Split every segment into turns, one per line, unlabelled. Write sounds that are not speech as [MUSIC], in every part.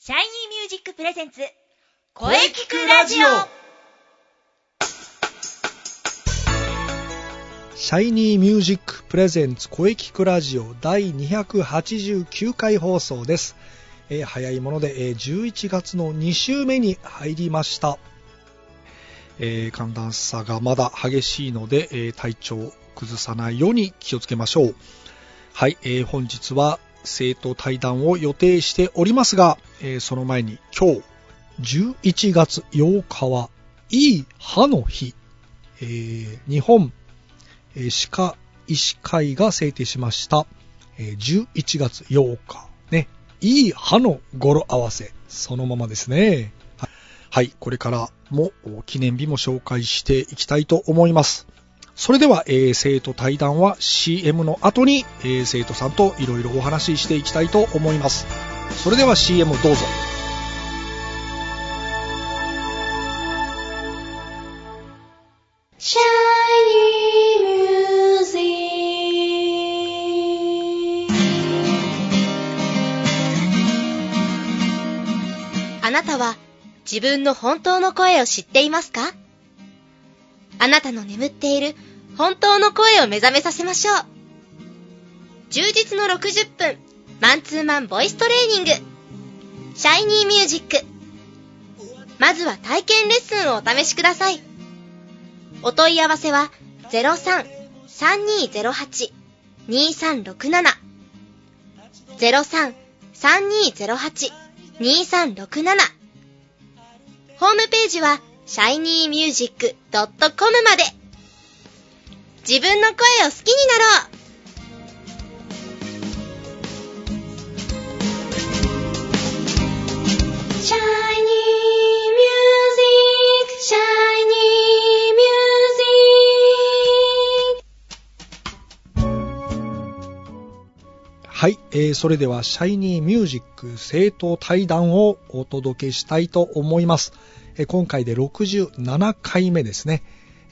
シャイニーミュージックプレゼンツ
声聞くラジオ
シャイニーミュージックプレゼンツ声聞くラジオ第289回放送です。えー早いもので、えー11月の2週目に入りました。えー寒暖差がまだ激しいので、えー体調を崩さないように気をつけましょう。はい、えー本日は生徒対談を予定しておりますが、えーその前に今日11月8日はいい歯の日。えー日本えー歯科医師会が制定しました、えー11月8日、ね、いい歯の語呂合わせ、そのままですね。ははい、これからもお記念日も紹介していきたいと思います。それでは、えー生徒対談は CM の後に、えー生徒さんといろいろお話ししていきたいと思います。それでは CM どうぞ。
シャイニーミュージックあなたは自分の本当の声を知っていますかあなたの眠っている本当の声を目覚めさせましょう充実の60分マンツーマンボイストレーニングシャイニーミュージックまずは体験レッスンをお試しくださいお問い合わせは03-3208-2367 03-3208-2367ホームページは shinymusic.com まで自分の声を好きになろうシャイニーミュージック、シャイニーミュージッ
はい、えーそれではシャイニーミュージック生徒対談をお届けしたいと思います。えー今回で67回目ですね。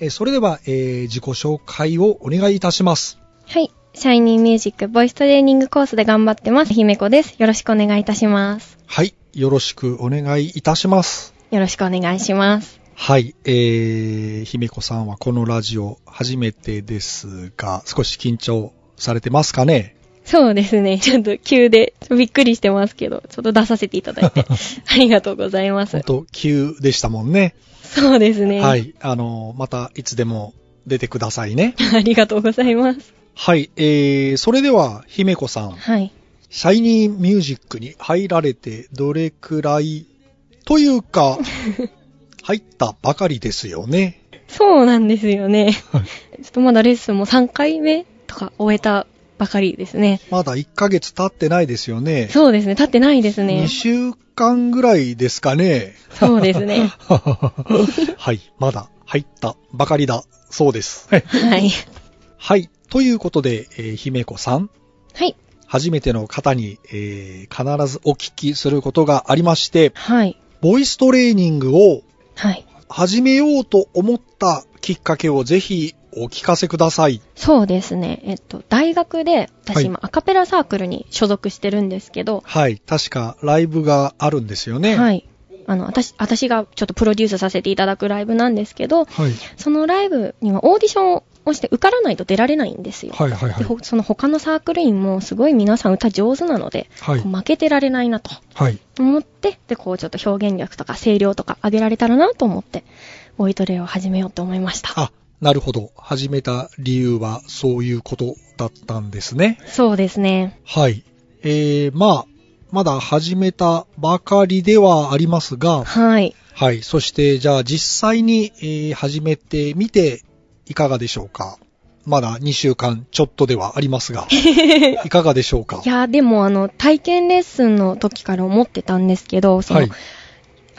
えーそれでは、えー自己紹介をお願いいたします。
はい。シャイニーミュージックボイストレーニングコースで頑張ってます。ひめこです。よろしくお願いいたします。
はい、よろしくお願いいたします。
よろしくお願いします。
はい、えー、姫子さんはこのラジオ初めてですが、少し緊張されてますかね
そうですね。 [LAUGHS] ちょっと急で、びっくりしてますけど、ちょっと出させていた [LAUGHS] だいて、ありがとうございま
本
す。
当急でしたもんね。
そうですね。
は。い、あの、またいつでも出てくださいね。
ありがとうございます。
はい、えー、それでは姫子さん。
はい。
シャイニーミュージックに入られてどれくらいという
[LAUGHS]
か、入ったばかりですよね。
そうなんですよね。ち
は
ょっとまだレッスンも3回目とか終えたばかりですね。
まだ1ヶ月経ってないですよね。
そうですね。立ってないですね
2。週間ぐらいですか
[LAUGHS]
ね。。
そうですね
はい、まだ入ったばかりだそうです。はい
はい。
はい、ということで、えー姫子さん。
はい。
初めての方に、えー必ずお聞きすることがありまして、
はい。
ボイストレーニングを
はい。
始めようと思ったきっかけをぜひお聞かせください。
そうですね。えっと、大学で、
はい
私今、アカペラサークルに所属してるんですけど、
はい。確かライブがあるんですよね。。
はいい。あの、私、私がちょっとプロデュースさせていただくライブなんですけど、
はい。
そのライブにはオーディションをして受からないと出られないんですよ。
はいはいは
で
い。
ほその他のサークル員もすごい皆さん歌上手なので、
はい
こう負けてられないなと
はい。
思って、で、こうちょっと表現力とか声量とか上げられたらなと思って、ボイトレを始めようと思いました。
あ、なるほど。始めた理由はそういうことだったんですね。
そうですね。
はい。えー、まあ、まだ始めたばかりではありますが、
はい。
はい。そして、じゃあ実際に、えー始めてみていかがでしょうかまだ2週間ちょっとではあります
[LAUGHS]
が、いかがでしょうか
いやーでもあの体験レッスンの時から思ってたんですけどその、
はい。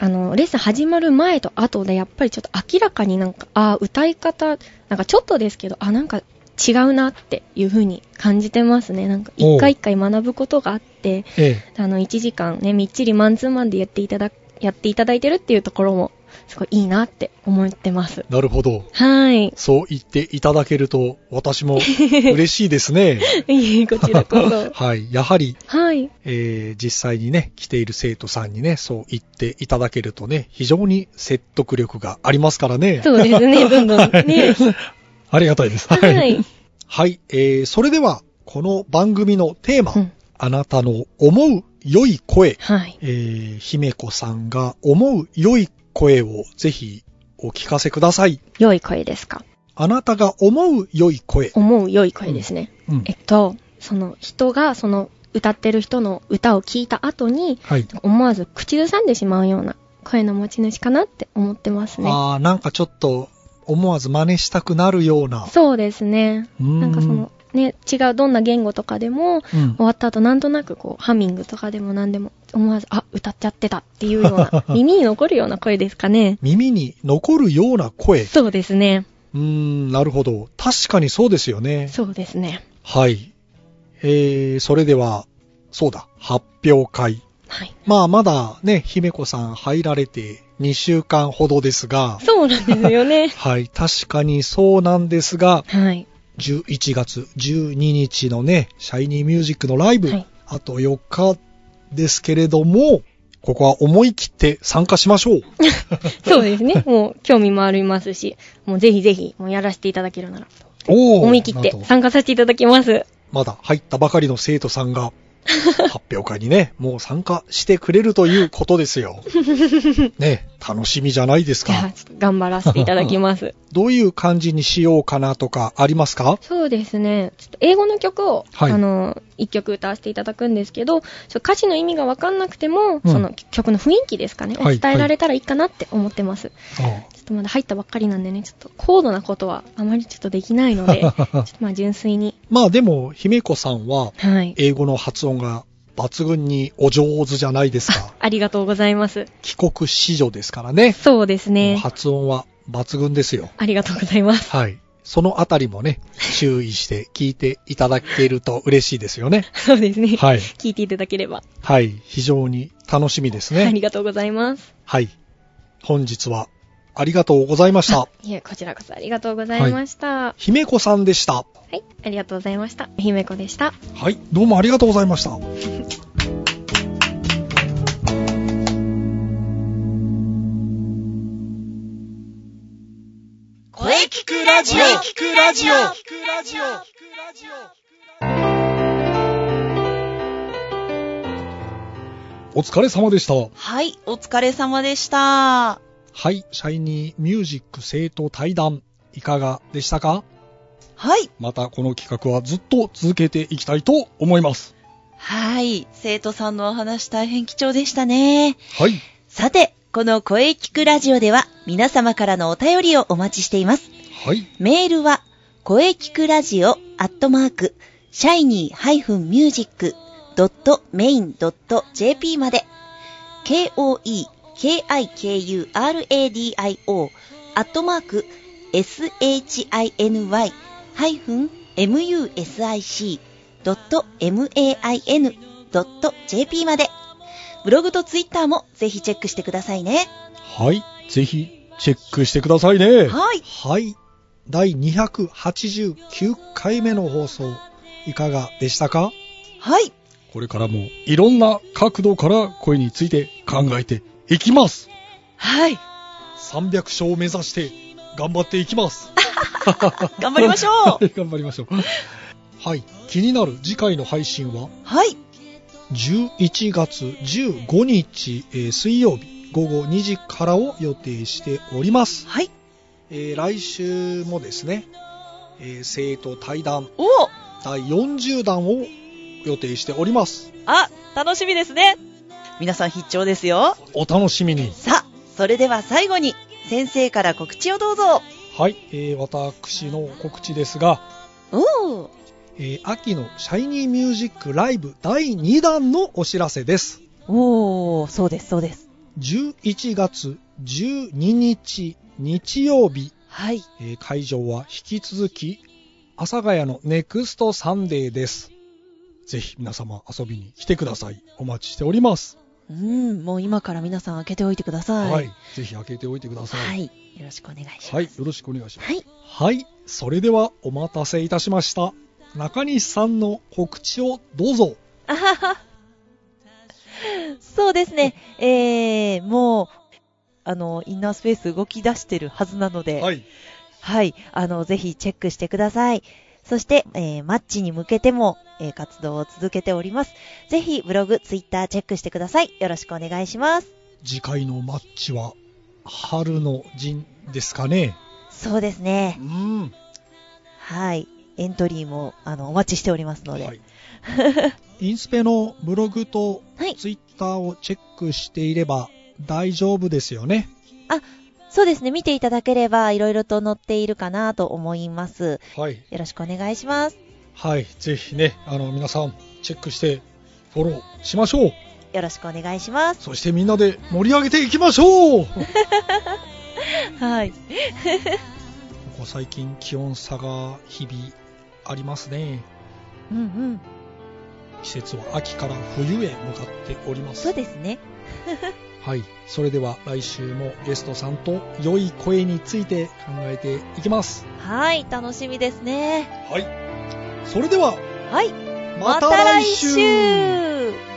あのレッスン始まる前と後でやっぱりちょっと明らかになんかあー歌い方なんかちょっとですけどあなんか違うなっていう風に感じてますねなんか
おう
一回一回学ぶことがあって
ええ。
あの1時間ねみっちりマンツーマンでやっていただやっていただいてるっていうところもすごいいいなって思ってます。
なるほど。
はい。 [LAUGHS]
そう言っていただけると、私も嬉しいですね。
いえこちらこそ。
[LAUGHS] はい。やはり、
はい。
えー実際にね、来ている生徒さんにね、そう言っていただけるとね、非常に説得力がありますからね。
そうですね、どんどんね。
ありがたい [LAUGHS] です。
はい。
はい、えーそれでは、この番組のテーマ、
うん
あなたの思う良い声、
はい。
えー、姫子さんが思う良い声をぜひお聞かせください。
良い声ですか
あなたが思う良い声。
思う良い声ですね。
うん
えっと、その人が、その歌ってる人の歌を聞いた後に、
はい。
思わず口ずさんでしまうような声の持ち主かなって思ってますね。
あーなんかちょっと、思わず真似したくなるような。
そうですね。
な
なんかその、ね、違うどんな言語とかでも、
うん
終わった後なんとなくこう、ハミングとかでも何でも、思わず、あ、歌っちゃってたっていうよう
[LAUGHS]
な、耳に残るような声ですかね。
耳に残るような声。う
そうですね。
ーん、なるほど。確かにそうですよね。
そうですね。
はい。えー、それでは、そうだ、発表会。
はい。
まあ、まだね、姫子さん入られて2週間ほどですが、。
そうなんですよね
[LAUGHS] はい、確かにそうなんですが、
はい。
11月12日のね、シャイニーミュージックのライブ、
はい
あと4日ですけれども、ここは思い切って参加しましょう。
そうで
[LAUGHS]
すね。もう、興味もありますし、もうぜひぜひ、もうやらせていただけるなら、
おー
思い切っ
な
て
るほど
参加させていただきます。
まだ入ったばかりの生徒さん
[LAUGHS]
が、発表会にね、もう参加してくれるということです
[LAUGHS]
よ。ね、楽しみじゃないです
じゃあ、
か。
ちょっと頑張らせていただ
[LAUGHS]
きます。
どういう感じにしようかなとかありますか
そうですね。ちょっと英語の曲を、
はい
あの、一曲歌わせていただくんですけど、ちょっと歌詞の意味がわかんなくて
う
も、
ん
その曲の雰囲気ですかね、
はい
伝えられたらいいかなって思ってます。ちょっとまだ入ったばっかりなんでね、ちょっと高度なことはあまりちょっとできないの
[LAUGHS]
で、ちょっとまあ純粋に。
まあでも、姫子さんは、
はい。
英語の発音が抜群にお上手じゃないですか。
ありがとうございます。
帰国子女ですからね。
そうです
もう
ね。
発音は抜群ですよ。
ありがとうございます。
はい。そのあたりもね、注意して聞いていただけると嬉しいですよね。
[LAUGHS] そうですね。
はい。
聞いていただければ。
はい。非常に楽しみですね。
ありがとうございます。
はい。本日はありがとうございました。
いえ、こちらこそありがとうございました。は
姫子さんでした。
い、ありがとうございました。姫子でした。
はい。どうもありがとうございました。
声聞くラジオ
声
聞くラジオ
お疲れ様でした。
はい、お疲れ様でした。
はい。シャイニーミュージック生徒対談、いかがでしたか
はい。
またこの企画はずっと続けていきたいと思います。
はい、生徒さんのお話大変貴重でしたね。
はい。
さて、この声聞くラジオでは皆様からのお便りをお待ちしています。
はい。
メールは、声聞くラジオアットマーク、シャイニー -music.main.jp まで、k-o-e-k-i-k-u-r-a-d-i-o アットマーク、shiny-music.main.jp まで、ブログとツイッターもぜひチェックしてくださいね。
はい。ぜひ、チェックしてくださいね。
はい。
はい。第289回目の放送、いかがでしたか
はい。
これからもいろんな角度から声について考えていきます。
はい。
300勝を目指して頑張っていきます。
頑張りましょう。
[LAUGHS] 頑張りましょう。はい。気になる次回の配信は
[LAUGHS] はい。
11月15日、えー水曜日午後2時からを予定しております。
はい。
えー来週もですね、えー生徒対談
おお
第40弾を予定しております。
あ、楽しみですね。皆さん必聴ですよ。
お楽しみに。
さあ、それでは最後に、先生から告知をどうぞ。
はい、えー私の告知ですが、
おお
えー秋のシャイニーミュージックライブ第2弾のお知らせです。
おおそうです、そうです。
11月12日日曜日、
はい。
えー会場は引き続き、阿佐ヶ谷のネクストサンデーです。ぜひ皆様遊びに来てください。お待ちしております。
うん、もう今から皆さん開けておいてください。
はい。ぜひ開けておいてくださ。
はいい。よろしくお願いします。
はい。よろしくお願いします。
はい。
はい、それではお待たせいたしました。中西さんの告知をどうぞ。
あはは。 [LAUGHS] そうですね。えー、もう、あの、インナースペース動き出してるはずなので、はい。
い。
あの、ぜひチェックしてください。そして、えーマッチに向けても、えー活動を続けております。ぜひ、ブログ、ツイッターチェックしてください。よろしくお願いします。
次回のマッチは、春の陣ですかね。
そうですね
う。ん。
はい。エントリーも、あの、お待ちしておりますので。
い。 [LAUGHS] インスペのブログと
はい
ツイッターをチェックしていれば大丈夫ですよね。
そうですね。見ていただければ、いろいろと載っているかなと思います。
はい。
よろしくお願いします。
はい。ぜひね、あの、皆さんチェックしてフォローしましょう。
よろしくお願いします。
そしてみんなで盛り上げていきま
[LAUGHS]
しょう
はい。
ここ最近気温差が日々ありますね。
うんうん。
季節は秋から冬へ向かっております
そうですね。
はいそれでは来週もゲストさんと良い声について考えていきます
はい。楽しみですね。
はいそれでは
はい。
また来週
また来週